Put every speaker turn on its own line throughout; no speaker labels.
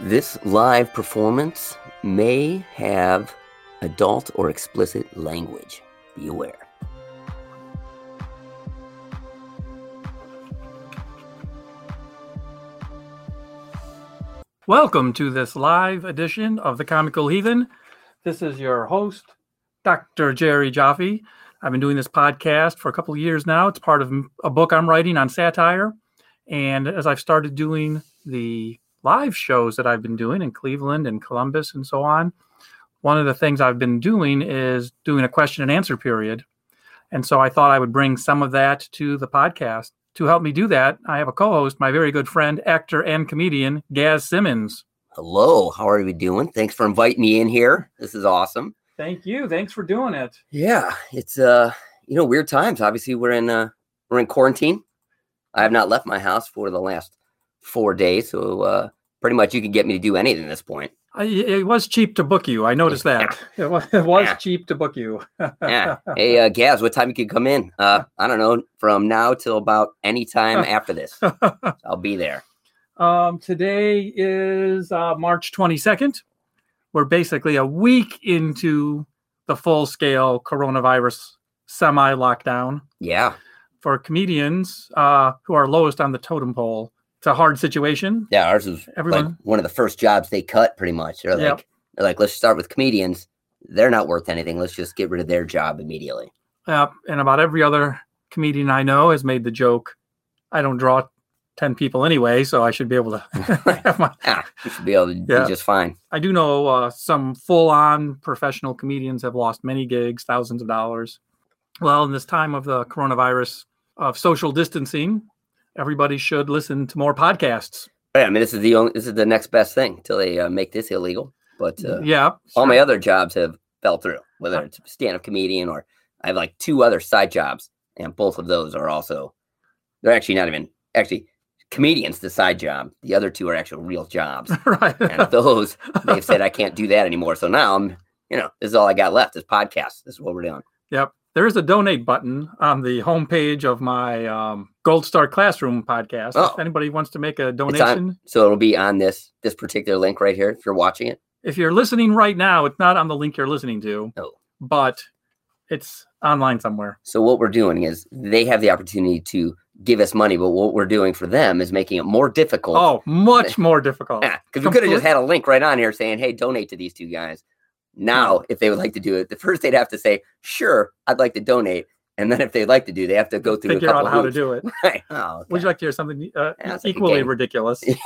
This live performance may have adult or explicit language. Be aware.
Welcome to this live edition of The Comical Heathen. This is your host, Dr. Jerry Jaffe. I've been doing this podcast for a couple of years now. It's part of a book I'm writing on satire. And as I've started doing the live shows that I've been doing in Cleveland and Columbus and so on, one of the things I've been doing is doing a question and answer period. And so I thought I would bring some of that to the podcast. To help me do that, I have a co host, my very good friend, actor, and comedian, Gaz Simmons.
Hello, how are we doing? Thanks for inviting me in here. This is awesome.
Thank you. Thanks for doing it.
Yeah, it's uh, you know, weird times. Obviously, we're in uh, we're in quarantine. I have not left my house for the last four days, so uh, pretty much you can get me to do anything at this point.
I, it was cheap to book you. I noticed that. It was, it was cheap to book you.
Yeah. Hey, uh, Gaz, what time you can come in? Uh, I don't know, from now till about any time after this. I'll be there.
um, today is uh, March 22nd. We're basically a week into the full scale coronavirus semi lockdown.
Yeah,
For comedians uh, who are lowest on the totem pole, it's a hard situation.
yeah. Ours was like
Everyone-
one of the first jobs they cut. Pretty much, they're
Mm-hmm. Yep.
like, they're like, let's start with comedians. They're not worth anything. Let's just get rid of their job immediately.
Uh, and about every other comedian I know has made the joke, I don't draw 10 people anyway, so I should be able to have my.
Ah, you should be able to
Yeah.
do just fine.
I do know uh, some full on professional comedians have lost many gigs, thousands of dollars. Well, in this time of the coronavirus, of social distancing, everybody should listen to more podcasts.
Yeah, I mean, this is the only, this is the next best thing until they uh, make this illegal. But uh,
yeah.
all my
sure.
other jobs have fell through,
Uh-huh.
whether it's stand-up comedian or I have like two other side jobs, and both of those are also they're actually not even actually comedians the side job. The other two are actual real jobs, and
right.
those they've said I can't do that anymore. So now I'm you know this is all I got left is podcasts. This is what we're doing.
Yep. There is a donate button on the homepage of my um, Gold Star Classroom podcast.
Oh.
If anybody wants to make a donation,
So it'll be on this this particular link right here if you're watching it.
if you're listening right now, it's not on the link you're listening to,
No.
but it's online somewhere.
So what we're doing is they have the opportunity to give us money, but what we're doing for them is making it more difficult.
Oh, much more difficult.
Yeah, because we could have just
Complete-
had a link right on here saying, "Hey, donate to these two guys."
Hmm.
Now, if they would like to do it, the first they'd have to say, "Sure, I'd like to donate," and then if they'd like to do, they have to go through
Figure
a couple
out how to
hoops.
do it.
Right. Oh,
Would
okay.
you like to hear something uh,
Yeah, it's like a
equally
game.
ridiculous?
yeah.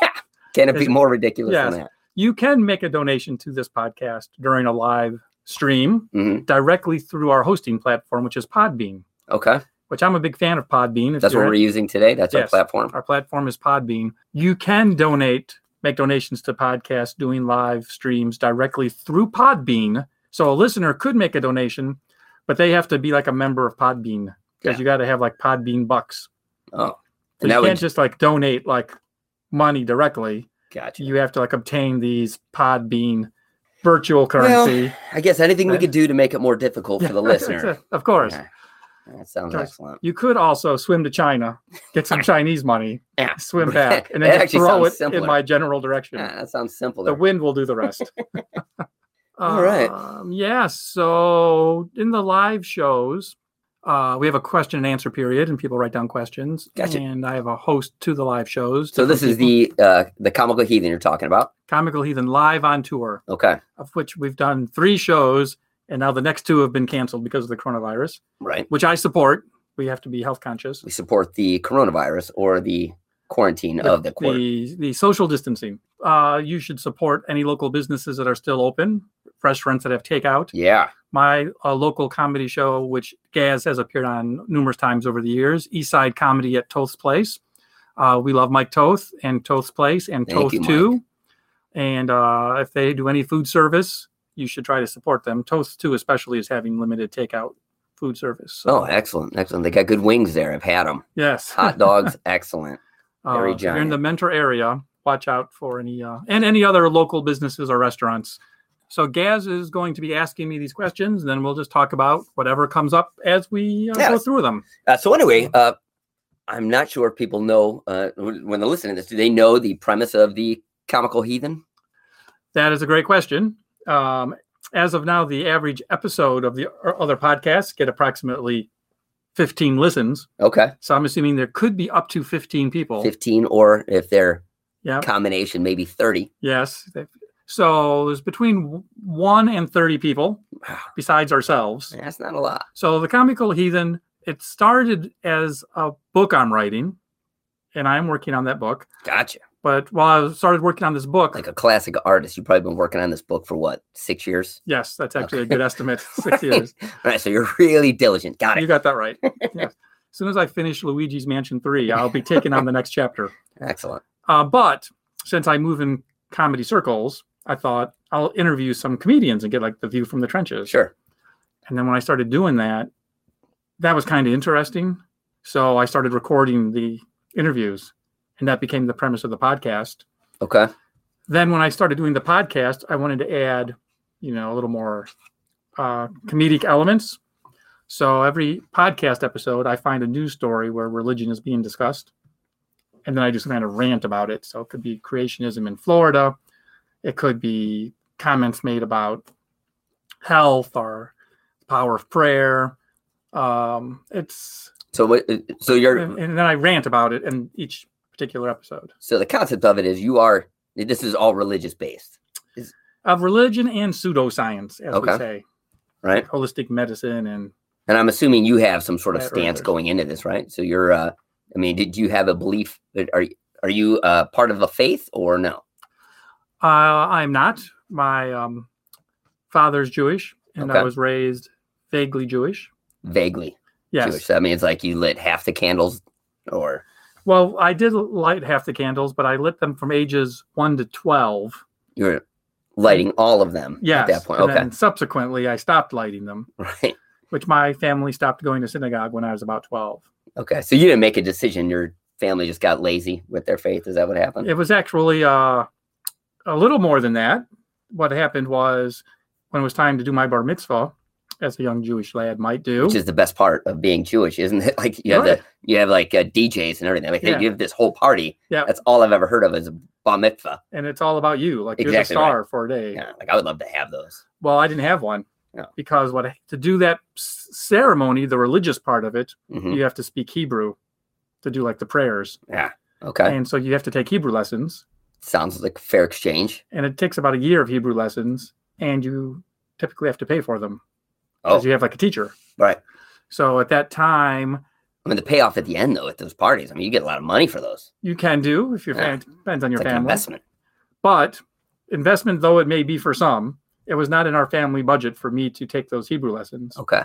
Can it be
It's-
more ridiculous
yes.
than that?
You can make a donation to this podcast during a live stream
hmm
directly through our hosting platform, which is Podbean,
Okay,
which I'm a big fan of Podbean. If
that's what
you're-
we're using today. That's our
Yes.
platform.
our platform is Podbean. You can donate, make donations to podcasts doing live streams directly through Podbean. So a listener could make a donation, but they have to be like a member of Podbean because
Yeah.
you got to have like Podbean bucks.
Oh,
So
and
you
that
can't
would
just like donate like money directly.
gotcha.
You have to like obtain these Podbean virtual
Well,
currency.
I guess anything we
Right.
could do to make it more difficult for the listener.
of course.
Yeah. That sounds
Course.
excellent.
You could also swim to China, get some Chinese money,
Yeah.
swim back, and
That
then just
actually
throw it
sounds simpler.
in my general direction.
Yeah, that sounds simple.
the wind will do the rest.
All right.
Um, yeah. So in the live shows, uh, we have a question and answer period, and people write down questions.
Gotcha.
And I have a host to the live shows.
So
different
this is
people.
the uh, the comical heathen you're talking about.
Comical Heathen live on tour,
Okay,
of which we've done three shows, and now the next two have been canceled because of the coronavirus,
right.
which I support. We have to be health conscious.
we support the coronavirus or the quarantine of the quarter.
the the social distancing. Uh, you should support any local businesses that are still open, restaurants that have takeout.
yeah.
my uh, local comedy show, which Gaz has appeared on numerous times over the years, Eastside Comedy at Toth's Place. Uh, we love Mike Toth and Toth's Place and
Thank
Toth
you, Mike.
Too. And uh, if they do any food service, you should try to support them. Toth Too, especially, is having limited takeout food service. So,
Oh, excellent, excellent. They got good wings there. I've had them.
yes,
Hot dogs, excellent.
Uh,
very
if you're in
giant.
the Mentor area, watch out for any uh, and any other local businesses or restaurants. So Gaz is going to be asking me these questions, and then we'll just talk about whatever comes up as we uh, go
Yes.
through them.
Uh, so anyway, uh, I'm not sure if people know uh, wh- when they're listening to this. Do they know the premise of the comical heathen?
That is a great question. Um, as of now, the average episode of the o- other podcasts get approximately 15 listens.
Okay.
So I'm assuming there could be up to 15 people.
15, or if they're
Yeah.
combination, maybe 30.
Yes. So there's between w- one and 30 people
Wow.
besides ourselves.
That's not a lot.
So the comical heathen, it started as a book I'm writing, and I'm working on that book.
Gotcha.
But while I started working on this book,
Like a classic artist, you've probably been working on this book for what, six years?
yes, that's actually a
Okay.
good estimate. Six years.
All right. So you're really diligent. Got
You
it.
got that right. Yes. As soon as I finish Luigi's Mansion 3, I'll be taking on the next chapter.
Excellent.
Uh, but since I move in comedy circles, I thought I'll interview some comedians and get like the view from the trenches.
Sure.
And then when I started doing that, that was kind of interesting. So I started recording the interviews, and that became the premise of the podcast.
Okay.
Then when I started doing the podcast, I wanted to add, you know, a little more uh, comedic elements. So every podcast episode, I find a news story where religion is being discussed, and then I just kind of rant about it. So it could be creationism in Florida, it could be comments made about health or power of prayer. Um, it's
So what? uh, So you're.
and and then I rant about it in each particular episode
So the concept of it is you are. This is all religious based,
of religion and pseudoscience, as
Okay.
we say.
right?
holistic medicine and
And I'm assuming you have some sort of
Right, right,
stance
right.
going into this, right? So you're. uh I mean, did you have a belief? that- Are are you uh, part of a faith or no?
uh, I'm not. My um, father's Jewish, and I
Okay.
was raised vaguely Jewish.
Vaguely
Yes.
Jewish. So I mean, it's like you lit half the candles, or
Well, I did light half the candles, but I lit them from ages one to twelve.
you're lighting all of them
Yes.
at that point.
And
Okay,
then subsequently, I stopped lighting them,
right.
which my family stopped going to synagogue when I was about twelve.
Okay, so you didn't make a decision. Your family just got lazy with their faith. Is that what happened?
It was actually uh, a little more than that. What happened was when it was time to do my bar mitzvah, as a young Jewish lad might do.
Which is the best part of being Jewish, isn't it? Like you have
Right.
the you have like uh, DJs and everything. Like
Yeah.
you have this whole party.
Yeah.
that's all I've ever heard of is a bar mitzvah.
and it's all about you. Like you're the
Exactly right.
star for a day.
Yeah, like I would love to have those.
Well, I didn't have one
Yeah.
because what I- to do that s- ceremony, the religious part of it,
Mhm.
you have to speak Hebrew to do like the prayers,
Okay,
and so you have to take Hebrew lessons,
sounds like a fair exchange.
and it takes about a year of Hebrew lessons, and you typically have to pay for them
Oh,
because you have like a teacher.
right.
So at that time,
I mean, the payoff at the end though at those parties. I mean, you get a lot of money for those.
you can do if your
Yeah.
fam- depends on your
It's like an
family,
investment.
but investment though it may be for some, it was not in our family budget for me to take those Hebrew lessons.
Okay,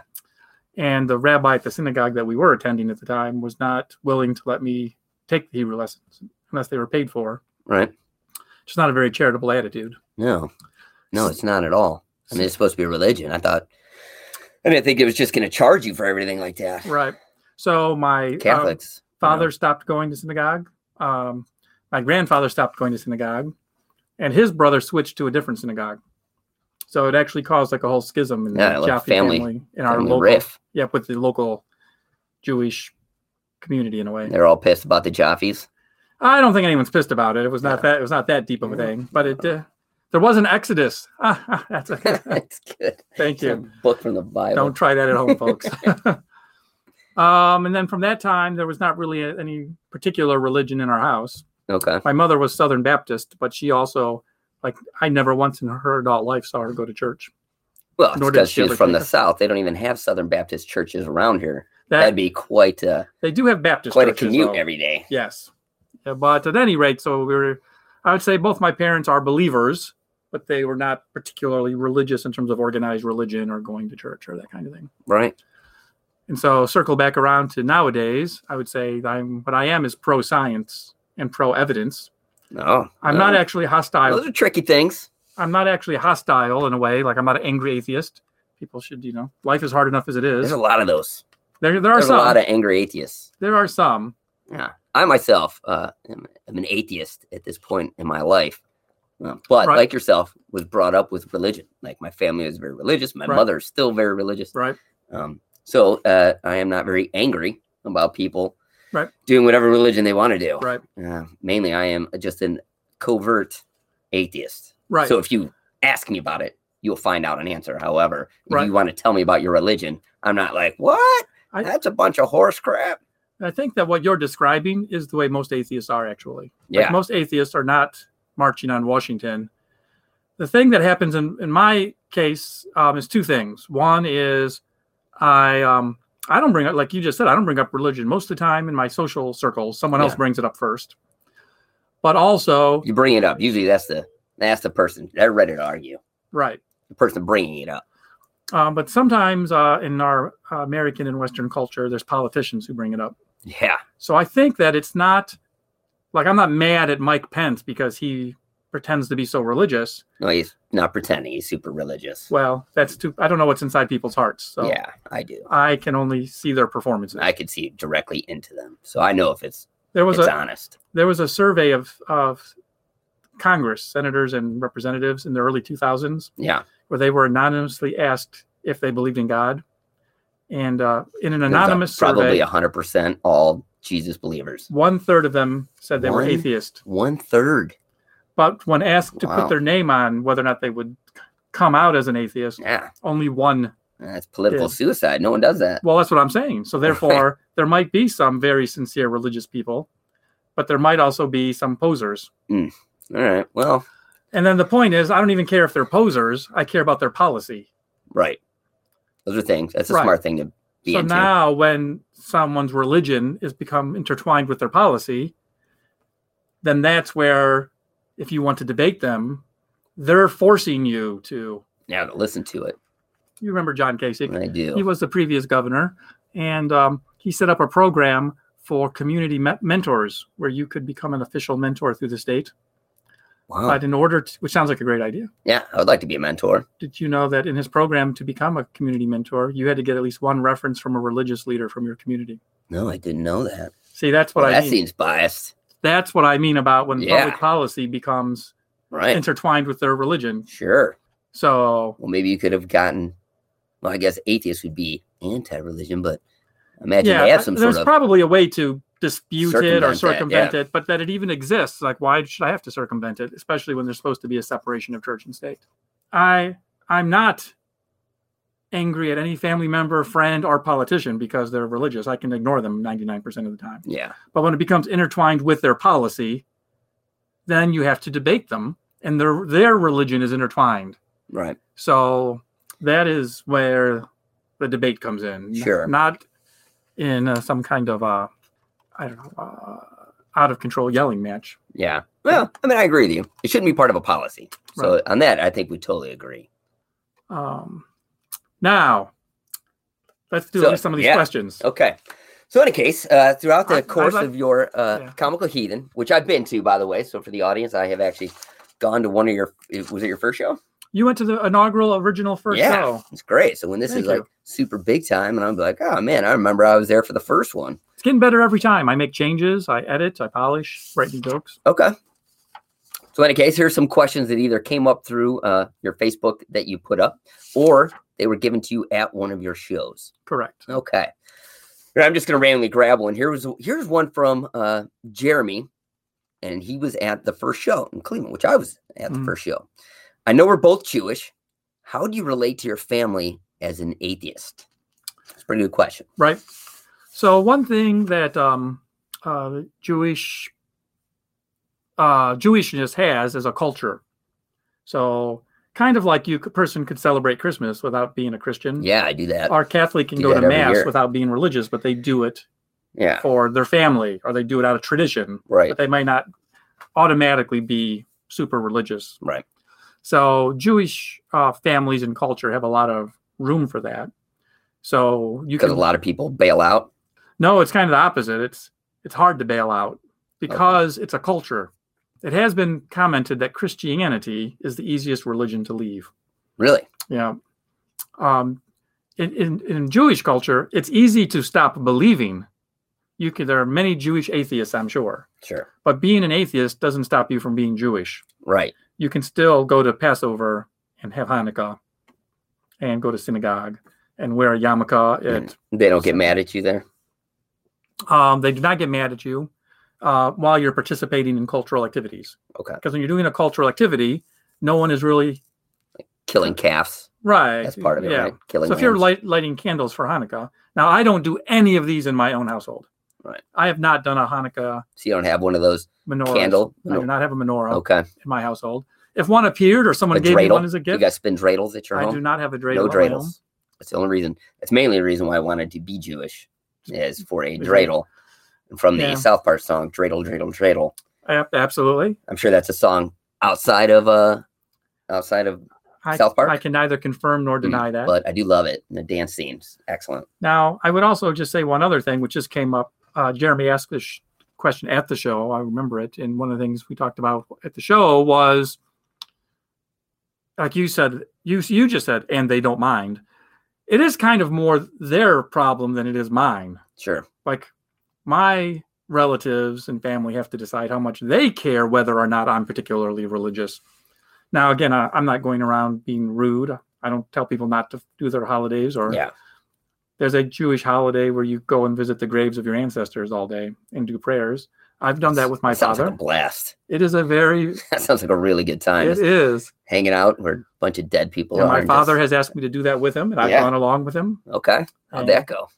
and the rabbi at the synagogue that we were attending at the time was not willing to let me take the Hebrew lessons unless they were paid for,
right.
which is not a very charitable attitude.
No, no, it's not at all. I mean, it's supposed to be a religion. I thought. I didn't think it was just going to charge you for everything like that.
Right. So my um,
Catholics. you know.
father stopped going to synagogue. Um, my grandfather stopped going to synagogue, and his brother switched to a different synagogue. So it actually caused like a whole schism in
Yeah,
the
like
Jaffe
family-
family, in our
from the
local,
riff.
yep, with the local Jewish community in a way.
They're all pissed about the Jaffies.
I don't think anyone's pissed about it. It was not
Yeah.
that. It was not that deep of a
Yeah.
thing. But it uh, there was an exodus. Ah, that's a,
That's good.
thank
It's a
you.
book from the Bible.
Don't try that at home, folks. um, and then from that time, there was not really a- any particular religion in our house.
Okay.
My mother was Southern Baptist, but she also like I never once in her adult life saw her go to church.
Well,
Nor did
because she
she
was
ever
from the
take us.
South. They don't even have Southern Baptist churches around here. That,
That
would be quite uh,
they do have Baptist
quite a
churches,
commute
though.
every day.
Yes. Yeah, But at any rate, so we were, I would say both my parents are believers, but they were not particularly religious in terms of organized religion or going to church or that kind of thing.
Right.
And so circle back around to nowadays, I would say that I'm what I am is pro science and pro evidence.
No.
I'm
no.
not actually hostile.
Those are tricky things.
I'm not actually hostile in a way. Like I'm not an angry atheist. People should, you know, life is hard enough as it
There's
is.
a lot of those.
There, there are
There's a
some.
lot of angry atheists.
there are some.
Yeah. I myself uh, am, am an atheist at this point in my life. Um, but
Right.
like yourself, was brought up with religion. Like my family was very religious. My
Right.
mother is still very religious.
Right.
Um, so uh, I am not very angry about people
Right.
doing whatever religion they want to do.
Right.
Uh, mainly, I am just an covert atheist.
Right.
So if you ask me about it, you'll find out an answer. However, if
Right.
you want to tell me about your religion, I'm not like, what?
I-
That's a bunch of horse crap.
I think that what you're describing is the way most atheists are actually. Like,
Yeah.
most atheists are not marching on Washington. The thing that happens in, in my case um, is two things. One is I um, I don't bring up like you just said I don't bring up religion most of the time in my social circles. Someone else
Yeah.
brings it up first. But also
You bring it up. Usually that's the that's the person they're ready to argue.
right.
The person bringing it up.
Um, but sometimes uh, in our uh, American and Western culture, there's politicians who bring it up.
Yeah.
So I think that it's not like I'm not mad at Mike Pence because he pretends to be so religious.
No, he's not pretending. He's super religious.
Well, that's too I don't know what's inside people's hearts. So
Yeah, I do.
I can only see their performances.
I could see directly into them, so I know if it's
there was
it's
a
honest.
there was a survey of of Congress, senators and representatives in the early 2000s
Yeah.
where they were anonymously asked if they believed in God. And uh, in an
It was a-
anonymous
Probably
survey,
hundred percent all Jesus believers.
one third of them said they
One?
were atheist.
One third.
But when asked to
Wow.
put their name on whether or not they would come out as an atheist,
Yeah.
only one.
That's political
Yeah.
suicide. No one does that.
Well, that's what I'm saying. So therefore, there might be some very sincere religious people, but there might also be some posers.
All right. Well,
And then the point is, I don't even care if they're posers. I care about their policy.
right. Those are things. That's a
Right.
smart thing to be
so
into.
now, when someone's religion is become intertwined with their policy, then that's where, if you want to debate them, they're forcing you to.
now to listen to it.
You remember John Kasich?
I
He
do.
was the previous governor, and um, he set up a program for community me- mentors where you could become an official mentor through the state.
Wow.
But in order to, which sounds like a great idea,
yeah, I would like to be a mentor.
did you know that in his program to become a community mentor, you had to get at least one reference from a religious leader from your community?
No, I didn't know that.
See, that's what
Well,
I
that
mean.
seems biased.
that's what I mean about when
Yeah.
public policy becomes
Right.
intertwined with their religion.
Sure.
So,
Well, maybe you could have gotten. Well, I guess atheists would be anti-religion, but imagine
yeah,
they have some
there's
sort of.
probably a way to dispute it
Circumvent
or
that,
circumvent
yeah.
it, but that it even exists. Like, why should I have to circumvent it, especially when there's supposed to be a separation of church and state? I I'm not angry at any family member, friend, or politician because they're religious. I can ignore them 99% of the time.
yeah.
But when it becomes intertwined with their policy, then you have to debate them, and their their religion is intertwined.
Right.
So that is where the debate comes in.
Sure.
Not in uh, some kind of uh, I don't know, uh, out of control yelling match.
Yeah. Well, I mean, I agree with you. It shouldn't be part of a policy. So
Right.
on that, I think we totally agree.
Um, now, let's do
So,
at least some of these
yeah.
questions.
Okay. So in any case, uh, throughout the
I- I'd
course
like-
of your uh,
yeah.
comical heathen, which I've been to, by the way, so for the audience, I have actually gone to one of your. it- Was it your first show?
You went to the inaugural original first
Yeah.
show.
It's great. So when this
Thank
is like
you.
super big time, and I'm like, oh man, I remember I was there for the first one.
It's getting better every time. I make changes, I edit, I polish, write new jokes.
Okay. So in any case, here's some questions that either came up through uh, your Facebook that you put up, or they were given to you at one of your shows.
Correct.
Okay. Here, I'm just gonna randomly grab one. Here was here's one from uh Jeremy, and he was at the first show in Cleveland, which I was at the
Mhm.
first show. I know we're both Jewish. How do you relate to your family as an atheist? It's a pretty good question.
Right. So one thing that um, uh, Jewish uh, Jewishness has is a culture. So kind of like you, a person could celebrate Christmas without being a Christian.
Yeah, I do that.
Our Catholic can
Do
go to
that every
mass
year.
without being religious, but they do it
Yeah,
for their family or they do it out of tradition.
right.
But they may not automatically be super religious.
Right.
So Jewish uh, families and culture have a lot of room for that. So you
Because a
can
lot of people bail out.
no, it's kind of the opposite. It's it's hard to bail out because it's a culture. It has been commented that Christianity is the easiest religion to leave.
Really?
Yeah. Um, in, in, in Jewish culture, it's easy to stop believing. You can, there are many Jewish atheists, I'm sure,
Sure.
but being an atheist doesn't stop you from being Jewish.
Right.
You can still go to Passover and have Hanukkah, and go to synagogue and wear a yarmulke at
Mm. They don't get mad at you there.
Um, they do not get mad at you uh, while you're participating in cultural activities.
Okay.
Because when you're doing a cultural activity, no one is really
killing calves.
right.
That's part of it,
Yeah.
right? Killing.
So if you're
lambs.
light, lighting candles for Hanukkah, now I don't do any of these in my own household.
Right.
I have not done a Hanukkah
so you don't have one of those
menorah.
candle.
I do not have a menorah
Okay.
in my household. If one appeared or someone
A
gave me
dreidel?
one as a
You
gift,
guys spin dreidels at your
I
home?
do not have a dreidel.
no
at my home.
dreidels. That's the only reason. That's mainly the reason why I wanted to be Jewish, is for a
Mhm.
dreidel. And from the
Yeah.
South Park song, dreidel, dreidel, dreidel.
A- Absolutely.
I'm sure that's a song outside of uh outside of
I,
South Park? Hmm.
I can neither confirm nor deny that.
but I do love it. And the dance scene's excellent.
Now, I would also just say one other thing, which just came up. Uh, Jeremy asked this sh- question at the show. I remember it. And one of the things we talked about at the show was, like you said, you you just said, and they don't mind. It is kind of more their problem than it is mine.
Sure.
Like my relatives and family have to decide how much they care whether or not I'm particularly religious. Now, again, I, I'm not going around being rude. I don't tell people not to do their holidays or
Yeah.
there's a Jewish holiday where you go and visit the graves of your ancestors all day and do prayers. I've done that with my
That sounds
father.
like a blast.
it is a very
That sounds like a really good time.
it
Just
is.
hanging out where a bunch of dead people
And
are.
my
and
father
just-
has asked me to do that with him, and I've
Yeah.
gone along with him.
Okay. How'd
And-
that go?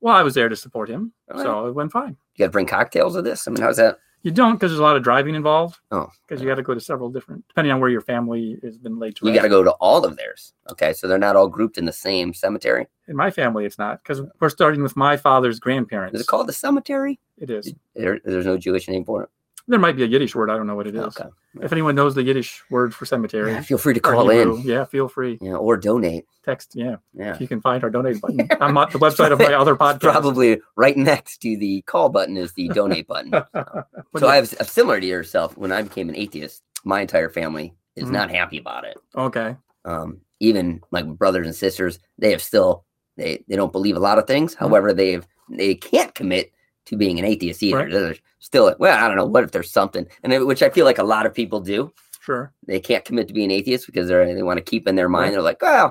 Well, I was there to support him,
All right.
so it went fine.
You gotta bring cocktails with this? I mean, how's that?
You don't because there's a lot of driving involved.
Oh,
because you got to go to several different, depending on where your family has been laid to
You
rest.
gotta go to all of theirs. Okay. So they're not all grouped in the same cemetery.
In my family, it's not because we're starting with my father's grandparents.
Is it called the cemetery?
It is.
There, there's no Jewish name for it.
There might be a Yiddish word. I don't know what it is.
Okay.
If anyone knows the Yiddish word for cemetery,
Yeah, feel free to
or
call
Hebrew,
in.
Yeah, feel free.
Yeah, or donate.
Text. Yeah.
Yeah.
if you can find our donate button. I'm on the website of my other podcast.
Probably right next to the call button is the donate button.
But
so
yeah,
I have s- similar to yourself. When I became an atheist, my entire family is
Mhm.
not happy about it.
okay.
Um, even my brothers and sisters, they have still they they don't believe a lot of things.
Mm-hmm.
However, they've they can't commit to being an atheist either.
Right.
They're still well, I don't know. What if there's something, and it- which I feel like a lot of people do.
Sure.
They can't commit to being atheists because they're they want to keep in their mind. They're like, oh,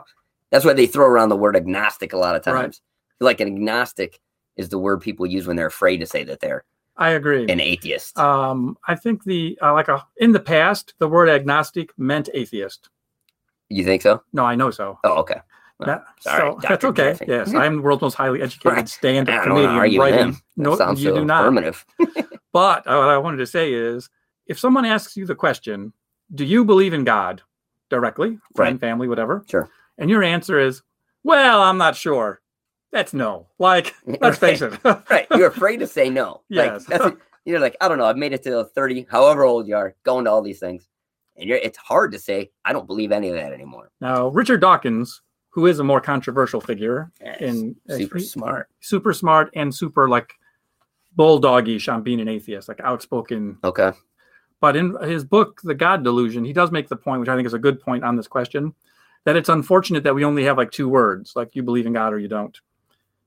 that's why they throw around the word agnostic a lot of
Right.
times. Like an agnostic is the word people use when they're afraid to say that they're
I agree.
an atheist.
um, I think the uh, like a, in the past the word agnostic meant atheist.
you think so?
No, I know so.
Oh, okay. Well,
That-
sorry,
so that's
Dr.
okay.
Jaffe.
Yes, I am the world's most highly educated
Right.
stand-up
I don't wanna
comedian.
argue with
writing.
him.
No,
that sounds
you
so
do not.
affirmative.
But uh, what I wanted to say is, if someone asks you the question, "Do you believe in God?" directly, friend,
Right.
family, whatever.
Sure.
And your answer is, "Well, I'm not sure." That's no. Like, let's face it.
Right. You're afraid to say no.
Yes.
Like, that's, you're like, I don't know. I've made it to 30, however old you are, going to all these things. And you're, it's hard to say, I don't believe any of that anymore.
Now, Richard Dawkins, who is a more controversial figure,
Yeah, it's
in uh,
super smart.
super smart and super like bulldoggish on being an atheist, like outspoken.
Okay.
But in his book, The God Delusion, he does make the point, which I think is a good point on this question, that it's unfortunate that we only have like two words, like you believe in God or you don't,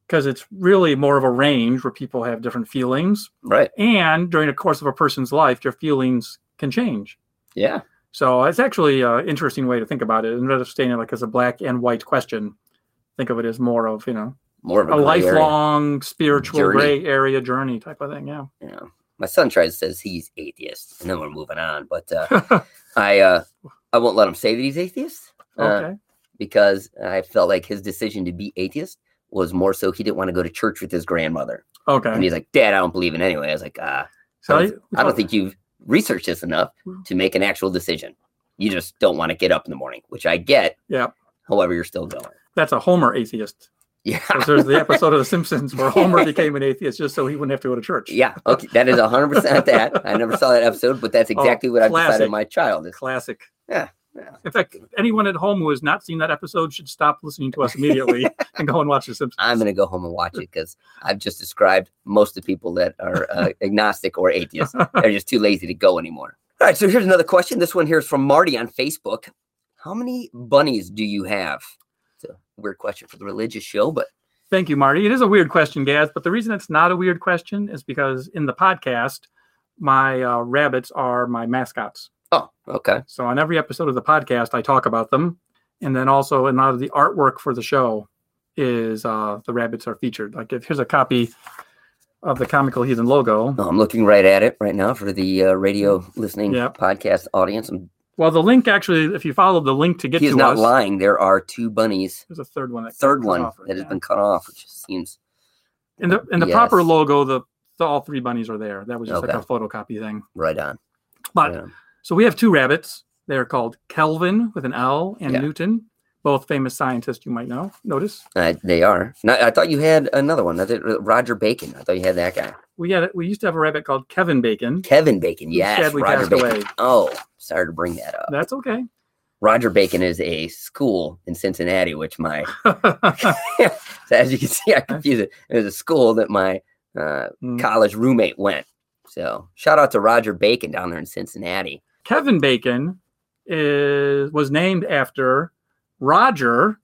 because it's really more of a range where people have different feelings,
Right.
and during the course of a person's life, their feelings can change.
Yeah.
So it's actually an interesting way to think about it. Instead of staying like as a black and white question, think of it as more of you know
More of a,
a
gray area.
lifelong spiritual
Journey.
gray area journey type of thing. Yeah.
You know, my son tries says he's atheist, and then we're moving on. But uh, I uh, I won't let him say that he's atheist uh,
okay.
because I felt like his decision to be atheist was more so he didn't want to go to church with his grandmother. And
okay.
he's like, Dad, I don't believe in it anyway. I was like, ah,
So
I don't think you've researched this enough
Mm.
to make an actual decision. You just don't want to get up in the morning, which I get.
Yeah.
However, you're still going.
that's a Homer atheist.
Yeah.
'Cause There's the episode of The Simpsons where Homer became an atheist just so he wouldn't have to go to church.
Yeah. Okay. That is 100% that. I never saw that episode, but that's
Oh,
exactly what I've
classic.
decided my child is.
Classic.
Yeah, yeah.
In fact, anyone at home who has not seen that episode should stop listening to us immediately and go and watch The Simpsons.
I'm going to go home and watch it because I've just described most of the people that are uh, agnostic or atheists. They're just too lazy to go anymore. All right. So here's another question. This one here is from Marty on Facebook. How many bunnies do you have? It's a weird question for the religious show, but
Thank you, Marty. It is a weird question, Gaz, but the reason it's not a weird question is because in the podcast, my uh, rabbits are my mascots.
oh, okay.
So on every episode of the podcast, I talk about them. And then also a lot of the artwork for the show is uh, the rabbits are featured. Like if here's a copy of the Comical Heathen logo.
No, I'm looking right at it right now for the uh, radio listening
Mm. Yep.
podcast audience. I'm
Well, the link actually, if you follow the link to get
He is
to
not
us,
lying. There are two bunnies.
there's a third one. That
Third
cut
one
off right
that has
now.
been cut off, which seems
in the in the proper
Yes.
logo. The, the all three bunnies are there. That was just like
Okay.
a photocopy thing.
right on.
But
Yeah.
So we have two rabbits. They're called Kelvin with an L and
Yeah.
Newton, both famous scientists you might know. Notice
Uh, they are. No, I thought you had another one. That's it, Roger Bacon. I thought you had that guy.
we had we used to have a rabbit called Kevin Bacon.
Kevin Bacon.
who
Yes,
sadly
Roger
passed
Bacon.
away.
Oh, sorry to bring that up.
That's okay.
Roger Bacon is a school in Cincinnati, which my So as you can see, I confuse it. It was a school that my uh,
Mm.
college roommate went. So shout out to Roger Bacon down there in Cincinnati.
Kevin Bacon is was named after Roger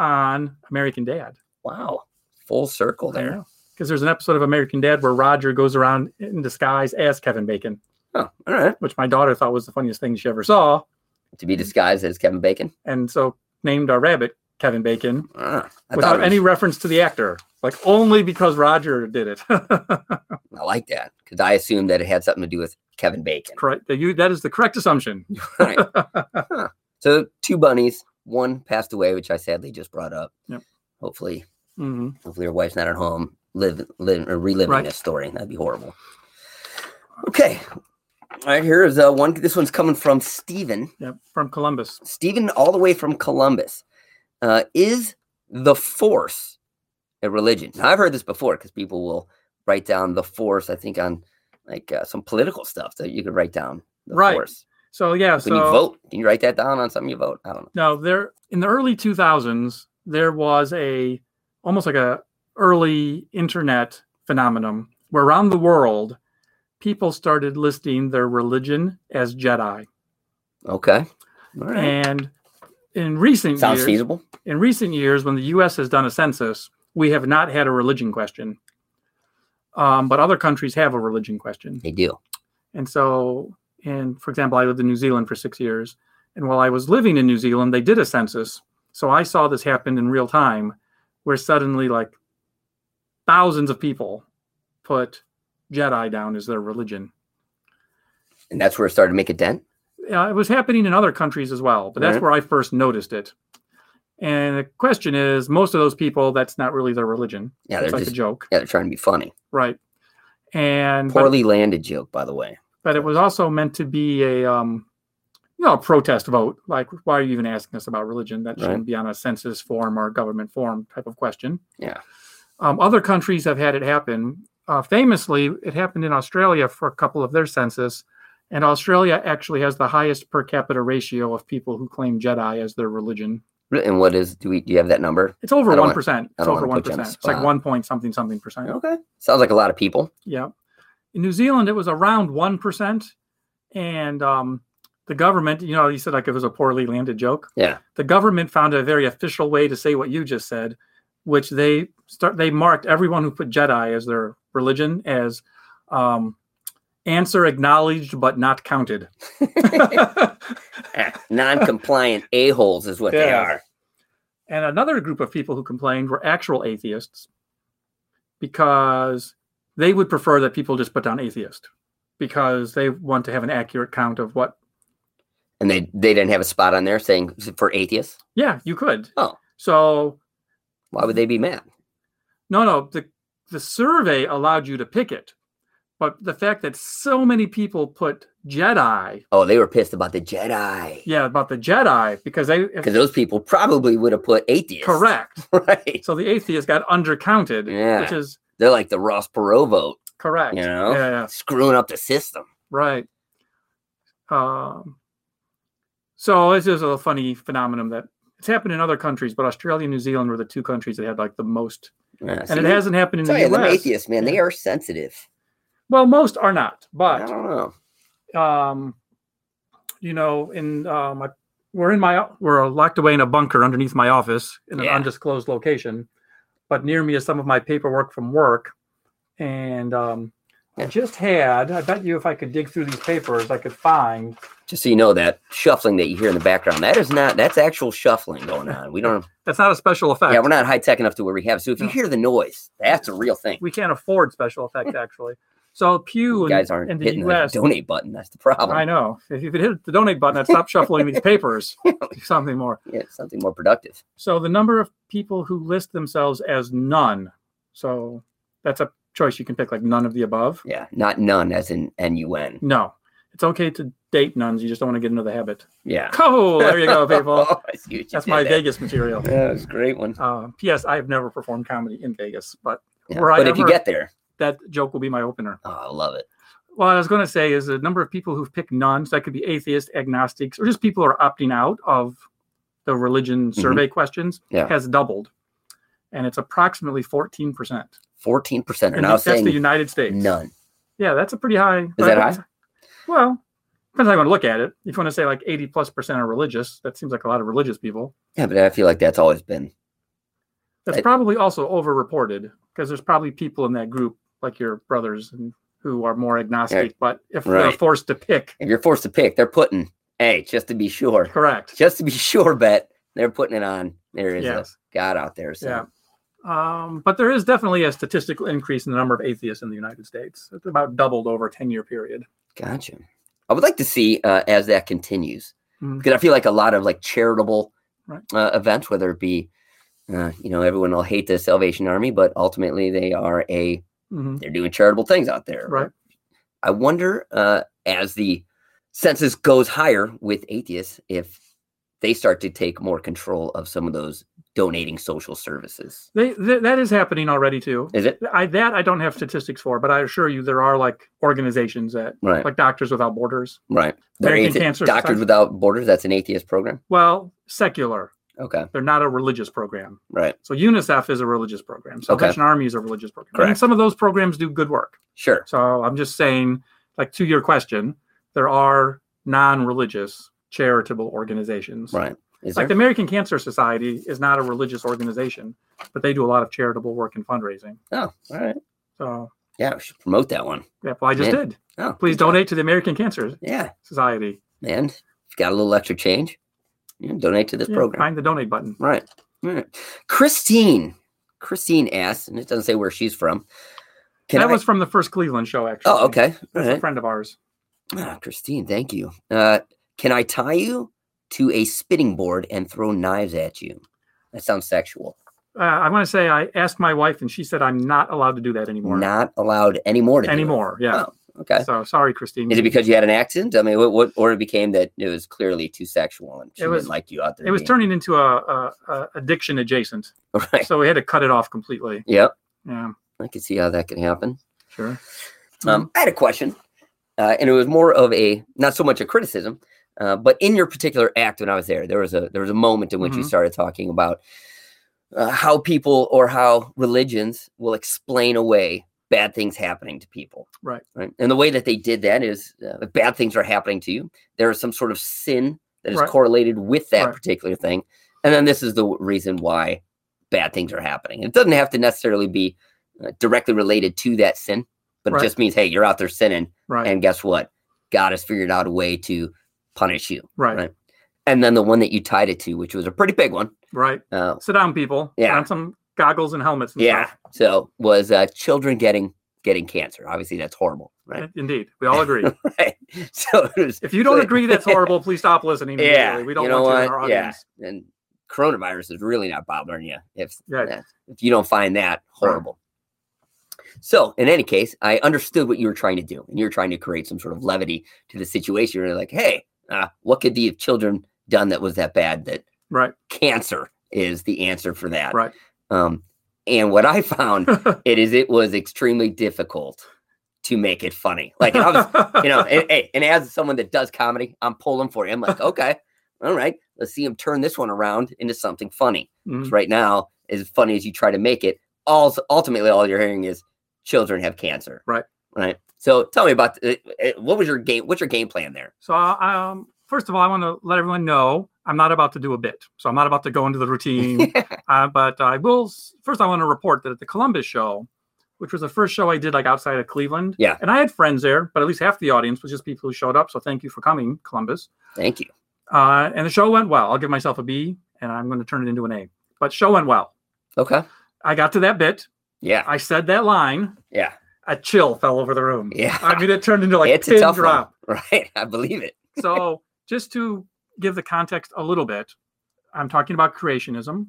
on American Dad.
Wow, full circle there.
Because there's an episode of American Dad where Roger goes around in disguise as Kevin Bacon,
Oh, all right.
which my daughter thought was the funniest thing she ever saw,
To
Hmm.
be disguised as Kevin Bacon.
and so named our rabbit Kevin Bacon.
Ah, I thought
without
it was-
any reference to the actor, like only because Roger did it.
I like that because I assumed that it had something to do with Kevin Bacon.
Correct. You, that is the correct assumption.
right. Huh. So two bunnies. One passed away, which I sadly just brought up.
Yep.
Hopefully,
hmm
hopefully your wife's not at home live, live or reliving
Right.
this story. That'd be horrible. Okay. All right, here is uh, one. This one's coming from Steven.
Yep. From Columbus.
Stephen, all the way from Columbus. Uh, is the force a religion? Now, I've heard this before because people will write down the force, I think, on like uh, some political stuff that you could write down the
Right.
force.
So yeah.
When
So
you vote, can you write that down on something you vote? I don't know.
now there in the early 2000s there was a almost like a early internet phenomenon where around the world people started listing their religion as Jedi,
Okay. All right.
and in recent
Sounds
years,
feasible.
in recent years, when the U.S. has done a census, we have not had a religion question, um, but other countries have a religion question.
They do.
And so, and for example, I lived in New Zealand for six years, and while I was living in New Zealand, they did a census. So I saw this happen in real time, where suddenly like thousands of people put Jedi down as their religion.
And that's where it started to make a dent.
uh, it was happening in other countries as well, but that's
Right.
where I first noticed it. And the question is, most of those people, that's not really their religion.
Yeah,
it's
they're
like a
just
joke,
yeah, they're trying to be funny.
right? And but,
Poorly landed joke, by the way.
but it was also meant to be a, um, you know, a protest vote. Like, why are you even asking us about religion? That
Right.
shouldn't be on a census form or government form type of question.
Yeah.
Um, other countries have had it happen. Uh, famously, it happened in Australia for a couple of their census, and Australia actually has the highest per capita ratio of people who claim Jedi as their religion.
Re- And what is do we do you have that number?
It's over
I don't
one
wanna-
percent.
I
It's
don't
over
wanna
one
put you on the
percent. It's like
spot.
one point something something percent.
Okay. Sounds like a lot of people.
Yeah. In New Zealand, it was around 1%. And um, the government, you know, you said like it was a poorly landed joke.
Yeah.
The government found a very official way to say what you just said, which they start, they marked everyone who put Jedi as their religion as um, answer acknowledged but not counted.
Non-compliant a holes is what they
Yeah.
are.
And another group of people who complained were actual atheists because they would prefer that people just put down atheist because they want to have an accurate count of what,
And they they didn't have a spot on there saying for atheists.
yeah, you could.
Oh.
So,
Why would they be mad?
no, no, the, the survey allowed you to pick it. But the fact that so many people put Jedi,
Oh, they were pissed about the Jedi
yeah, about the Jedi because they,
because those people probably would have put atheists.
correct.
Right.
So the atheist got undercounted, which
Yeah.
is
They're like the Ross Perot vote,
correct.
you know,
Yeah, yeah.
screwing up the system.
Right. Um, so this is a funny phenomenon that it's happened in other countries, but Australia and New Zealand were the two countries that had like the most,
Yeah,
and
see?
it hasn't happened in
Tell
the
you, them
U.S.
atheists, man, they are sensitive.
Well, most are not,
I
but
don't know.
um, you know, in um, I- we're in my we're locked away in a bunker underneath my office in an
Yeah.
undisclosed location, but near me is some of my paperwork from work, and um, I
Yeah.
just had. I bet you if I could dig through these papers, I could find
Just so you know, that shuffling that you hear in the background, that is not, that's actual shuffling going on. We don't,
That's not a special effect.
yeah, we're not high tech enough to where we have. So if you
No.
hear the noise, that's a real thing.
we can't afford special effects actually. So Pew
You
in-
guys aren't
in the
hitting
U.S.
the donate button. That's the problem.
I know. If you could hit the donate button, I'd stop shuffling these papers. Do Something more.
Yeah, something more productive.
So the number of people who list themselves as none. So that's a choice you can pick, like none of the above.
Yeah, not none as in N U N.
No, it's okay to date nuns. You just don't want to get into the habit.
Yeah. Oh,
Cool. There you go, people.
I see what you
That's
did
my
there.
Vegas material.
Yeah, it's a great one.
Uh, P.S. I have never performed comedy in Vegas, but
Yeah.
Were I
But if you
ever-
get there,
that joke will be my opener.
oh, I love it.
What I was going to say is the number of people who've picked nuns, that could be atheists, agnostics, or just people who are opting out of the religion survey questions,
Mm-hmm. Yeah.
has doubled. And it's approximately 14%.
Fourteen percent are
And
now
that's that's the
saying
United States.
none.
Yeah, that's a pretty high. Is
that high?
Well, depends how you want to look at it. If you want to say like 80 plus percent are religious, that seems like a lot of religious people.
Yeah, but I feel like that's always been
That's
Right.
probably also overreported because there's probably people in that group, like your brothers, and- who are more agnostic. But if they're
Right.
forced to pick,
if you're forced to pick, they're putting hey, just to be sure,
correct.
just to be sure, bet they're putting it on. There is a
Yes.
God out there. So
Yeah. Um, but there is definitely a statistical increase in the number of atheists in the United States. It's about doubled over a 10 year period.
gotcha. I would like to see uh, as that continues
Mm.
because I feel like a lot of like charitable
Right.
uh, events, whether it be uh, you know everyone will hate the Salvation Army, but ultimately they are a
Mhm.
they're doing charitable things out there.
Right.
I wonder uh, as the census goes higher with atheists if they start to take more control of some of those donating social services.
They, th- that is happening already too.
Is it
I, that I don't have statistics for, but I assure you there are like organizations that,
right?
like Doctors Without Borders.
right. They're
American
athe-
Cancer
Doctors
Society-
Without Borders. That's an atheist program.
Well, secular.
Okay.
They're not a religious program.
Right.
So UNICEF is a religious program. Salvation Army is a religious program. And
Correct.
some of those programs do good work.
Sure.
So I'm just saying, like to your question, there are non-religious charitable organizations.
Right. Is
Like the
there?
American Cancer Society is not a religious organization, but they do a lot of charitable work and fundraising.
oh, all right.
So
Yeah, we should promote that one.
yeah, well, I just
Man.
did.
Oh,
Please
good job.
donate to the American Cancer
Yeah,
Society.
and if you got a little extra change, you know, donate to this
Yeah,
program.
Find the donate button.
Right. Right. Christine. Christine asks, and it doesn't say where she's from. Can
that
I?
was from the first Cleveland show, actually.
oh, okay. All
That's a
right.
friend of ours.
Ah, Christine, thank you. Uh, can I tie you to a spitting board and throw knives at you? That sounds sexual.
Uh, I want to say I asked my wife, and she said I'm not allowed to do that anymore.
Not allowed anymore. To do it.
anymore. Yeah.
Okay.
So sorry, Christine.
Is it because you had an accident? I mean, what, what or it became that it was clearly too sexual and she
It was-
didn't like you out there?
it was
being-
turning into a, a, a addiction adjacent.
Right.
So we had to cut it off completely.
Yep.
Yeah,
I can see how that could happen.
Mm-hmm. sure.
Um, I had a question, uh, and it was more of a not so much a criticism, uh, but in your particular act when I was there, there was a there was a moment in which you
Mhm.
started talking about uh, how people or how religions will explain away bad things happening to people.
Right.
Right. And the way that they did that is uh, if bad things are happening to you. There is some sort of sin that is
Right.
correlated with that
Right.
particular thing, and then this is the w- reason why bad things are happening. It doesn't have to necessarily be uh, directly related to that sin but
Right.
it just means hey you're out there sinning
Right,
and guess what god has figured out a way to punish you
right, right,
right. and then the one that you tied it to which was a pretty big one uh,
Sit down, people. Put
Yeah.
on some goggles and helmets. And
yeah
stuff.
so was uh, children getting getting cancer obviously that's horrible right
Indeed, we all agree. Mm-hmm.
so it was,
if you don't
So-
agree that's horrible, please stop listening.
Yeah,
immediately. we don't
you know
want you in
what?
our
Yeah.
audience.
and coronavirus is really not bothering you if
Yeah.
that- if you don't find that horrible so in any case i understood what you were trying to do and you were trying to create some sort of levity to the situation you're like hey uh, what could the children done that was that bad that
Right,
cancer is the answer for that.
right.
Um, and what I found it is it was extremely difficult to make it funny. Like I was, you know, and, hey, and as someone that does comedy, I'm pulling for you. I'm like, okay, all right, let's see him turn this one around into something funny. 'Cause
Mhm.
Right now, as funny as you try to make it, all ultimately all you're hearing is children have cancer.
Right.
Right. So tell me about uh, uh, what was your game? What's your game plan there?
So, um, first of all, I want to let everyone know I'm not about to do a bit. So, I'm not about to go into the routine. uh, but I will s- first, I want to report that at the Columbus show, which was the first show I did like outside of Cleveland.
Yeah.
And I had friends there, but at least half the audience was just people who showed up. So, thank you for coming, Columbus.
Thank you.
Uh, and the show went well. I'll give myself a B and I'm going to turn it into an A. But show went well.
Okay.
I got to that bit.
Yeah.
I said that line.
Yeah.
a chill fell over the room.
Yeah.
I mean, it turned into like
it's
pin
a tough
drop.
one, right? I believe it.
so, just to give the context a little bit, I'm talking about creationism,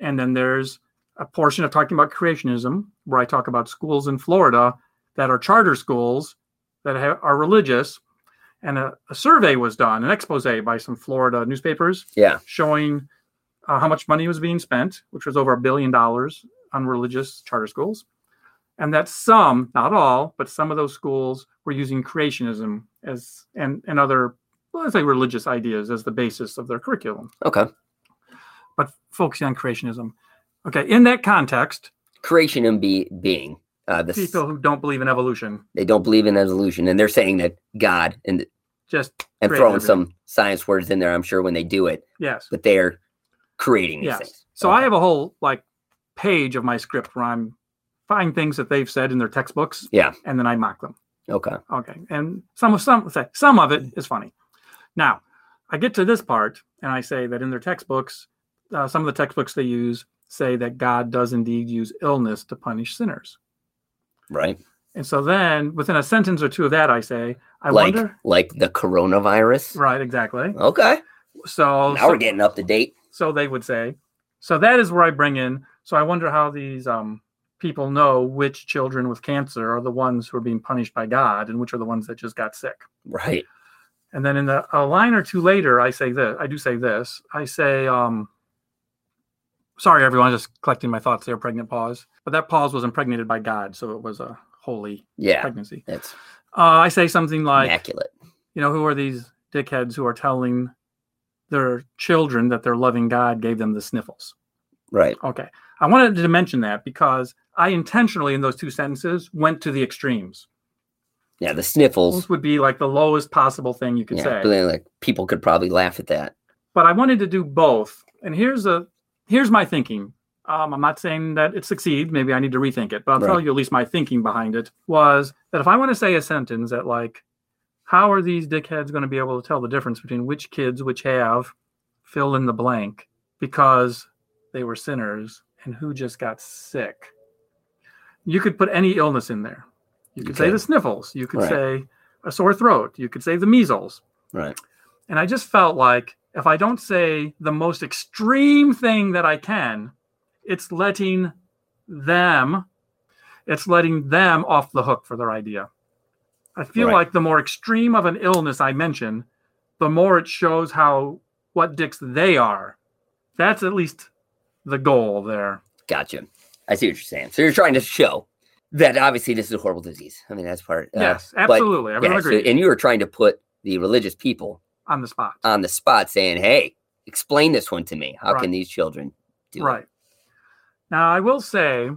and then there's a portion of talking about creationism where I talk about schools in Florida that are charter schools that ha- are religious. And a, a survey was done, an expose by some Florida newspapers
Yeah.
showing uh, how much money was being spent, which was over a billion dollars on religious charter schools. And that some, not all, but some of those schools were using creationism as and, and other, well, let's say religious ideas as the basis of their curriculum,
Okay.
but focusing on creationism. Okay, in that context,
Creation and be being uh, this.
people who don't believe in evolution
They don't believe in evolution, and they're saying that God and
just
and
Created
throwing
everything.
some science words in there. I'm sure when they do it,
yes.
but they're creating these
Yes.
things.
So I
Okay.
have a whole like page of my script where I'm finding things that they've said in their textbooks,
Yeah.
and then I mock them.
Okay.
Okay, and some of some say some of
Mm.
it is funny. Now, I get to this part, and I say that in their textbooks, uh, some of the textbooks they use say that God does indeed use illness to punish sinners.
Right.
And so then, within a sentence or two of that, I say, I
like
wonder.
like the coronavirus.
Right, exactly.
Okay.
So
now
so,
we're getting up to date.
so they would say. So that is where I bring in. So I wonder how these um, people know which children with cancer are the ones who are being punished by God, and which are the ones that just got sick.
Right.
And then in the, a line or two later, I say this. I do say this. I say, um, "Sorry, everyone, just collecting my thoughts there. Pregnant pause, but that pause was impregnated by God, so it was a holy
Yeah.
pregnancy."
That's
Uh, I say something like,
immaculate.
"You know, who are these dickheads who are telling their children that their loving God gave them the sniffles?"
Right.
Okay, I wanted to mention that because I intentionally, in those two sentences, went to the extremes.
Yeah. The sniffles.
Those would be like the lowest possible thing you could
Yeah.
say.
But then, like people could probably laugh at that.
but I wanted to do both. And here's a here's my thinking. Um, I'm not saying that it succeeds. Maybe I need to rethink it, but I'll tell
Right.
you at least my thinking behind it was that if I want to say a sentence that like, how are these dickheads going to be able to tell the difference between which kids which have fill in the blank because they were sinners and who just got sick? You could put any illness in there. You
You
could say
could.
the sniffles. You could
Right.
say a sore throat. You could say the measles.
Right.
And I just felt like if I don't say the most extreme thing that I can, it's letting them, it's letting them off the hook for their idea. I feel
Right.
like the more extreme of an illness I mention, the more it shows how what dicks they are. That's at least the goal there.
Gotcha. I see what you're saying. So you're trying to show that obviously this is a horrible disease. I mean, that's part. uh,
yes,
but-
absolutely. Everyone
yeah, so-
agrees
and you were trying to put the religious people
on the spot.
on the spot saying, hey, explain this one to me. How
Right.
can these children do it?
Right. Now, I will say,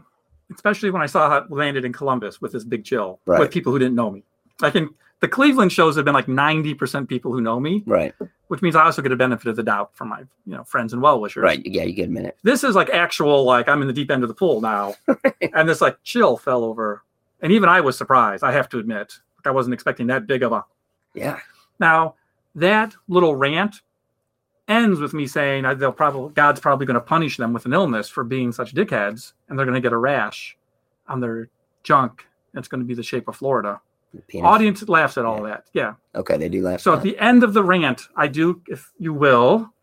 especially when I saw how it landed in Columbus with this big chill
Right.
with people who didn't know me. I can, the Cleveland shows have been like 90% people who know me,
Right.
which means I also get a benefit of the doubt from my, you know, friends and well wishers.
Right. Yeah, you get a minute.
This is like actual, like I'm in the deep end of the pool now. and this like chill fell over. And even I was surprised, I have to admit. I wasn't expecting that big of a
Yeah.
now, that little rant ends with me saying I- they'll probably God's probably going to punish them with an illness for being such dickheads, and they're going to get a rash on their junk. and It's going to be the shape of Florida.
the penis.
Audience laughs at all that. Yeah.
Okay, they do laugh.
So
at that.
at the end of the rant, I do, if you will,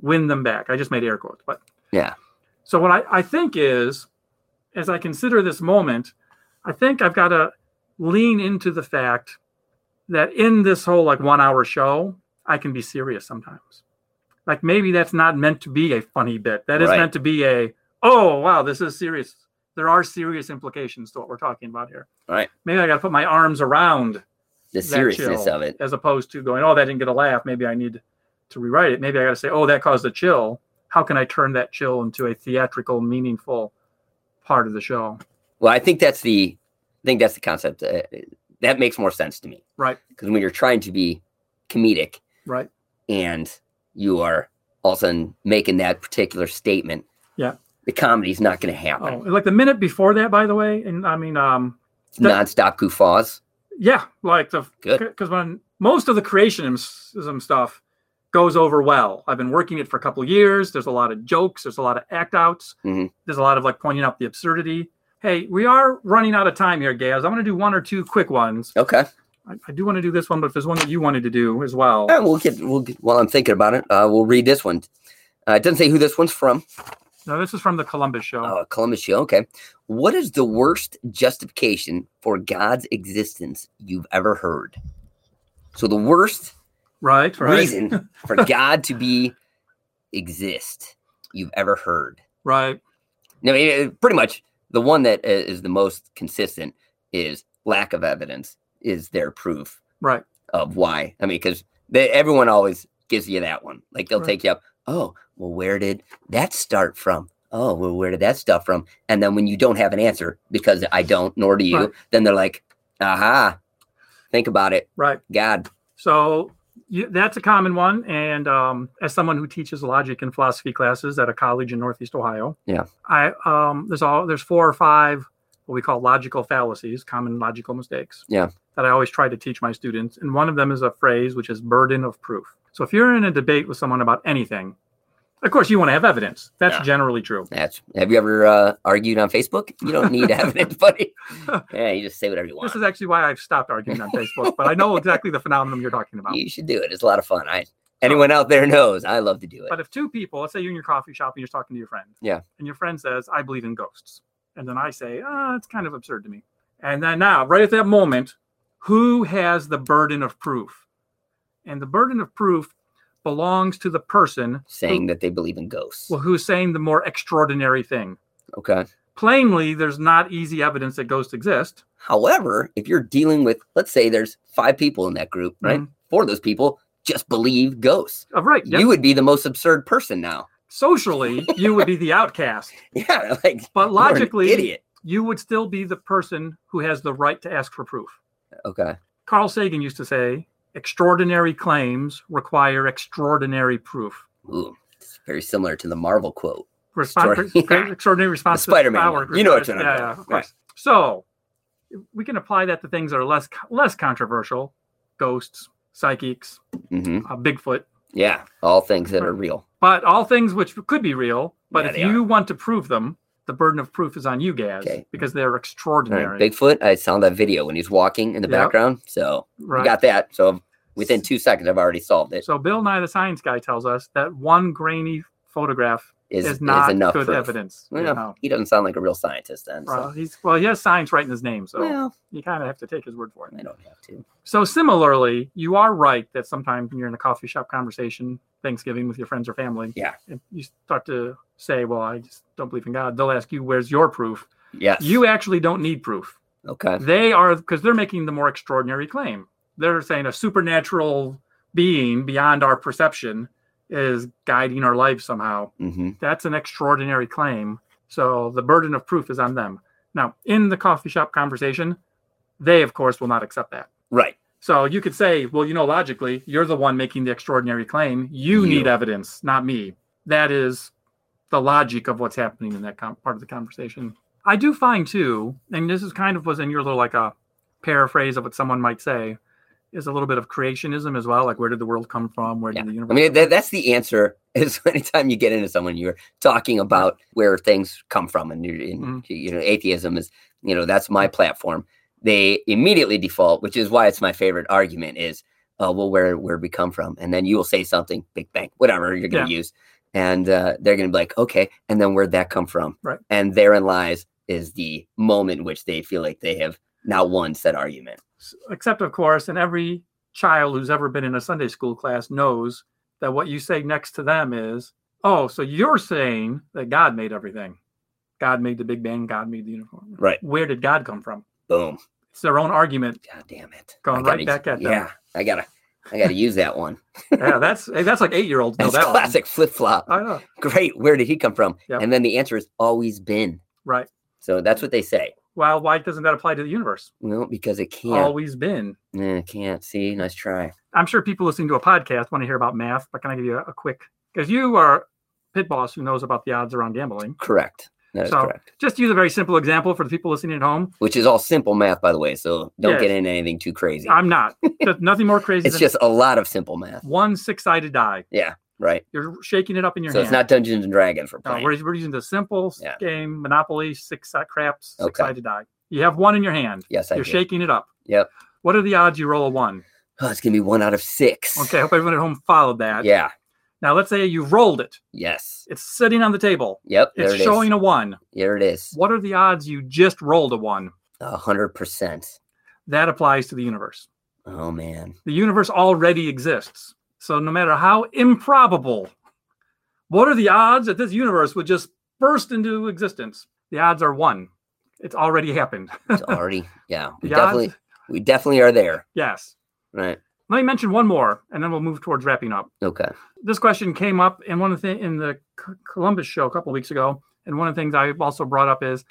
win them back. I just made air quotes, but
Yeah.
So what I, I think is, as I consider this moment, I think I've got to lean into the fact that in this whole like one hour show, I can be serious sometimes. Like maybe that's not meant to be a funny bit. That is
Right.
meant to be a, oh wow, this is serious. There are serious implications to what we're talking about here.
Right.
Maybe I got to put my arms around
the
that
seriousness
chill,
of it.
as opposed to going, oh, that didn't get a laugh. Maybe I need to rewrite it. Maybe I got to say, oh, that caused a chill. How can I turn that chill into a theatrical, meaningful part of the show?
Well, I think that's the I think that's the concept. Uh, that makes more sense to me.
Right.
Because when you're trying to be comedic
Right.
and you are all of a sudden making that particular statement,
Yeah.
the comedy's not going to happen.
Oh, and like the minute before that, by the way, and I mean, um,
it's
that-
nonstop guffaws.
yeah, like the
Good.
because when most of the creationism stuff goes over well. I've been working it for a couple years. There's a lot of jokes. There's a lot of act outs.
Mhm.
There's a lot of like pointing out the absurdity. Hey, we are running out of time here, Gaz. I'm going to do one or two quick ones.
Okay.
I, I do want to do this one, but if there's one that you wanted to do as well,
Yeah, we'll get, we'll get, while I'm thinking about it, uh, we'll read this one. Uh, it doesn't say who this one's from.
no, this is from the Columbus show.
Oh, Columbus Show. Okay. What is the worst justification for God's existence you've ever heard? So the worst
right, right,
reason for God to be exist you've ever heard.
right.
No, I mean, it- pretty much the one that i- is the most consistent is lack of evidence is their proof
Right.
of why. I mean, because everyone always gives you that one. Like they'll
Right.
take you up. Oh, well, where did that start from? Oh, well, where did that stuff from? And then when you don't have an answer because I don't, nor do you,
Right.
then they're like, aha, think about it.
Right.
God.
So you, that's a common one. And um, as someone who teaches logic and philosophy classes at a college in Northeast Ohio,
Yeah.
I um, there's all there's four or five what we call logical fallacies, common logical mistakes.
Yeah.
That I always try to teach my students, and one of them is a phrase which is burden of proof. So if you're in a debate with someone about anything, of course you want to have evidence. That's
Yeah.
generally true.
That's, have you ever uh, argued on Facebook? You don't need evidence, buddy. Yeah, you just say whatever you want.
This is actually why I've stopped arguing on Facebook, but I know exactly the phenomenon you're talking about.
You should do it. It's a lot of fun. I anyone out there knows I love to do it.
But if two people, let's say you're in your coffee shop and you're talking to your friend.
Yeah.
And your friend says, I believe in ghosts. And then I say, ah, it's kind of absurd to me. And then now, right at that moment, who has the burden of proof? And the burden of proof belongs to the person
Saying that they believe in ghosts.
well, who's saying the more extraordinary thing.
Okay.
Plainly, there's not easy evidence that ghosts exist.
However, if you're dealing with, let's say there's five people in that group, right?
Mhm.
Four of those people just believe ghosts.
Of Uh, right. Yep.
You would be the most absurd person now.
Socially, you would be the outcast,
Yeah, like
but
you're an
logically,
idiot.
you would still be the person who has the right to ask for proof.
Okay.
Carl Sagan used to say, extraordinary claims require extraordinary proof.
Ooh, it's very similar to the Marvel quote.
Respon-
Story.
great- Extraordinary response. to
Spider-Man
power
one. You know what
requires-
I'm talking
yeah,
about.
yeah, of course. So we can apply that to things that are less less controversial, ghosts, psychics,
hmm
uh, Bigfoot,
Yeah, all things that
Right.
are real.
but all things which could be real. But
Yeah,
if
they are.
you want to prove them, the burden of proof is on you, Gaz,
Okay.
because they're
All right,
extraordinary.
Bigfoot. I saw that video when he's walking in the
Yep.
background, so we
right.
got that. So within two seconds, I've already solved it.
so Bill Nye the Science Guy tells us that one grainy photograph
Is,
is, not
enough
good
proof.
evidence. you
Yeah.
know.
He doesn't sound like a real scientist then. So.
Well, he's well, he has science right in his name, so
well,
you kind of have to take his word for
I
it.
don't have to.
So similarly, you are right that sometimes when you're in a coffee shop conversation, Thanksgiving with your friends or family,
Yeah.
and you start to say, "Well, I just don't believe in God." They'll ask you, "Where's your proof?"
Yes.
You actually don't need proof.
okay?
They are because they're making the more extraordinary claim. They're saying a supernatural being beyond our perception is guiding our life somehow
hmm
that's an extraordinary claim. So the burden of proof is on them. Now, in the coffee shop conversation, they, of course, will not accept that.
Right.
So you could say, well, you know, logically, you're the one making the extraordinary claim. You,
You.
need evidence, not me. That is the logic of what's happening in that com- part of the conversation. I do find too, and this is kind of was in your little like a paraphrase of what someone might say, is a little bit of creationism as well. Like, where did the world come from? Where
Yeah.
did the
I
universe?
mean, that, that's the answer. Is anytime you get into someone, you're talking about where things come from, and, you're, and
Mhm.
you know, atheism is, you know, that's my platform. They immediately default, which is why it's my favorite argument. Is uh, well, where where we come from, and then you will say something, Big Bang, whatever you're going to use, and uh, they're going to be like, okay, and then where'd that come from?
Right.
And therein lies is the moment in which they feel like they have now won said argument.
S- except of course, and every child who's ever been in a Sunday school class knows that what you say next to them is, "Oh, so you're saying that God made everything? God made the Big Bang. God made the uniform.
Right.
Where did God come from?"
Boom.
It's their own argument.
God damn it.
Going
I
right
gotta-
back at them.
Yeah. I gotta I gotta use that one.
Yeah, that's hey, that's like eight year olds know
That's
that. one.
classic flip flop.
I know.
Great. Where did he come from?
Yep.
And then the answer is always been.
Right.
So that's what they say.
Well, why doesn't that apply to the universe?
Well, because it can't.
Always been.
Eh, can't. See, nice try.
I'm sure people listening to a podcast want to hear about math, but can I give you a, a quick? Because you are pit boss who knows about the odds around gambling.
Correct. That is
So-
correct.
Just use a very simple example for the people listening at home.
Which is all simple math, by the way. So don't
Yes.
get into anything too crazy.
I'm not. Just nothing more crazy
it's
than
just a lot of simple math.
one six sided die.
Yeah. right?
You're shaking it up in your
so
hand.
it's not Dungeons and Dragons for
No,
playing.
we're, we're using the simple s-
Yeah.
game Monopoly, six side craps, six
Okay.
sided die. You have one in your hand.
yes, I
You're
do.
shaking it up.
Yep.
What are the odds you roll a one?
Oh, it's gonna be one out of six.
Okay, I hope everyone at home followed that.
Yeah.
Now let's say you've rolled it.
Yes.
It's sitting on the table.
Yep. There
It's
it is.
showing a one.
Here it is.
What are the odds you just rolled a one?
A hundred percent.
That applies to the universe.
Oh man.
The universe already exists. So no matter how improbable, what are the odds that this universe would just burst into existence? The odds are one. It's already happened.
It's already yeah. We
The
definitely
odds,
we definitely are there.
yes.
Right.
Let me mention one more, and then we'll move towards wrapping up.
Okay.
This question came up in one of the in the C- Columbus show a couple of weeks ago, and one of the things I also brought up is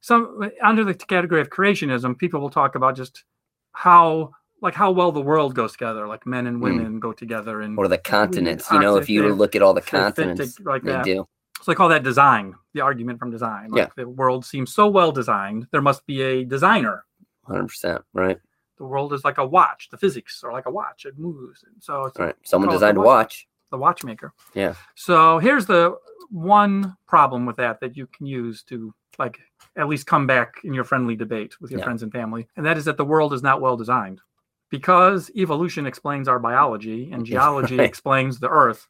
some under the category of creationism, people will talk about just how like how well the world goes together, like men and women go together, and
Hmm. Or the continents. You know, if you
Arctic,
look at all the
they fit
continents,
to- like
they
that.
do.
so they call that design. The argument from design, like the world seems so well designed, there must be a designer.
Hundred percent. Right.
The world is like a watch. The physics are like a watch; it moves. And so it's
All right. Someone
Call it the
designed a
watch.
watch.
the watchmaker.
Yeah.
So here's the one problem with that that you can use to like at least come back in your friendly debate with your
Yeah.
friends and family, and that is that the world is not well designed. Because evolution explains our biology and
Yeah,
geology
right.
explains the earth,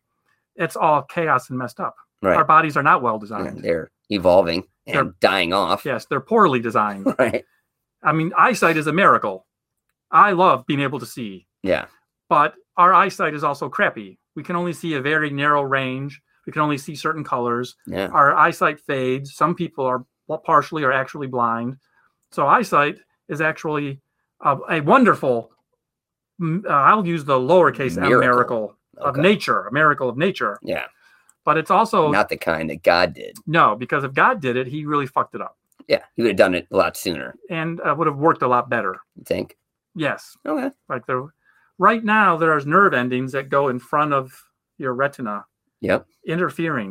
it's all chaos and messed up.
Right.
Our bodies are not well
Yeah,
designed.
they're evolving and
They're-
dying off.
Yes, they're poorly designed.
Right.
I mean, eyesight is a miracle. I love being able to see.
Yeah.
but our eyesight is also crappy. We can only see a very narrow range. We can only see certain colors.
Yeah.
Our eyesight fades. Some people are well, partially or actually blind. So eyesight is actually a, a wonderful. m- Uh, I'll use the lowercase m
Miracle.
miracle of
Okay.
nature, a miracle of nature.
Yeah.
But it's also
Not the kind that God did.
no, because if God did it, He really fucked it up,
Yeah. He would have done it a lot sooner,
and uh, would have worked a lot better.
you think?
Yes,
Okay.
like there. Right now, there's nerve endings that go in front of your retina.
Yep.
interfering.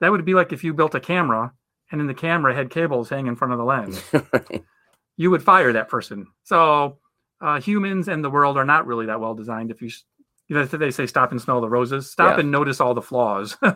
That would be like if you built a camera and in the camera had cables hanging in front of the lens. you would fire that person. So uh, humans and the world are not really that well designed. If you, s- you know, they say stop and smell the roses, stop
Yeah.
and notice all the flaws,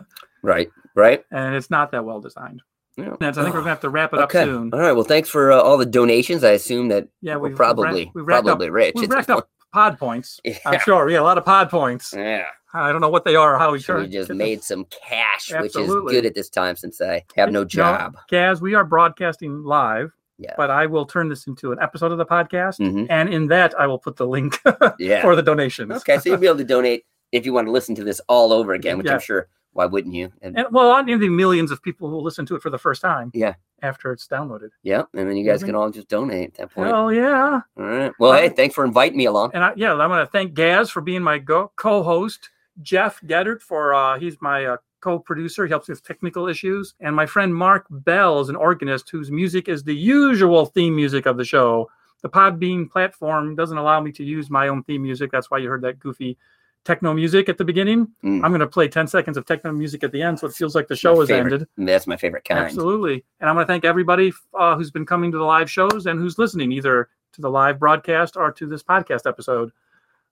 Right. Right.
and it's not that well designed.
Yeah.
And so I think we're gonna have to wrap it
okay.
up soon.
All right. Well, thanks for uh, all the donations. I assume that
Yeah,
we're
we've we've ra-
probably
we've racked up
probably rich.
we've
at this
racked up pod points.
point.
I'm
Yeah.
sure. Yeah, a lot of pod points.
Yeah.
I don't know what they are or how we
So we
turned.
just made some cash,
Absolutely.
which is good at this time since I have no job.
Gaz, we are broadcasting live,
Yeah.
but I will turn this into an episode of the podcast.
Mhm.
And in that, I will put the link
Yeah.
for the donations.
Okay. So you'll be able to donate if you want to listen to this all over again, which
Yeah.
I'm sure. Why wouldn't you? And,
And well, on the millions of people who listen to it for the first time.
Yeah.
After it's downloaded.
yeah. And then you guys
Mhm.
can all just donate at that point.
Hell yeah.
All right. Well, hey, thanks for inviting me along.
And I, yeah, I want to thank Gaz for being my go- co-host, Jeff Geddard for uh, he's my uh, co-producer. He helps with technical issues, and my friend Mark Bell is an organist whose music is the usual theme music of the show. The Podbean platform doesn't allow me to use my own theme music. That's why you heard that goofy techno music at the beginning.
Mm.
I'm going to play 10 seconds of techno music at the end, so it feels like the show has
favorite
ended.
That's my favorite kind.
Absolutely. And I want to thank everybody uh, who's been coming to the live shows and who's listening either to the live broadcast or to this podcast episode.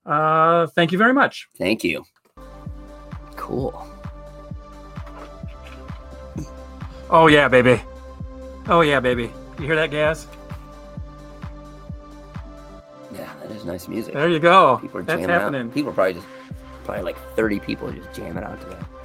Uh, thank you very much.
Thank you. Cool.
Oh, yeah, baby. Oh, yeah, baby. You hear that, Gaz?
Yeah, that is nice music.
There you go.
People are
That's
jamming out.
happening.
People are probably just probably like 30 people are just jamming out to that.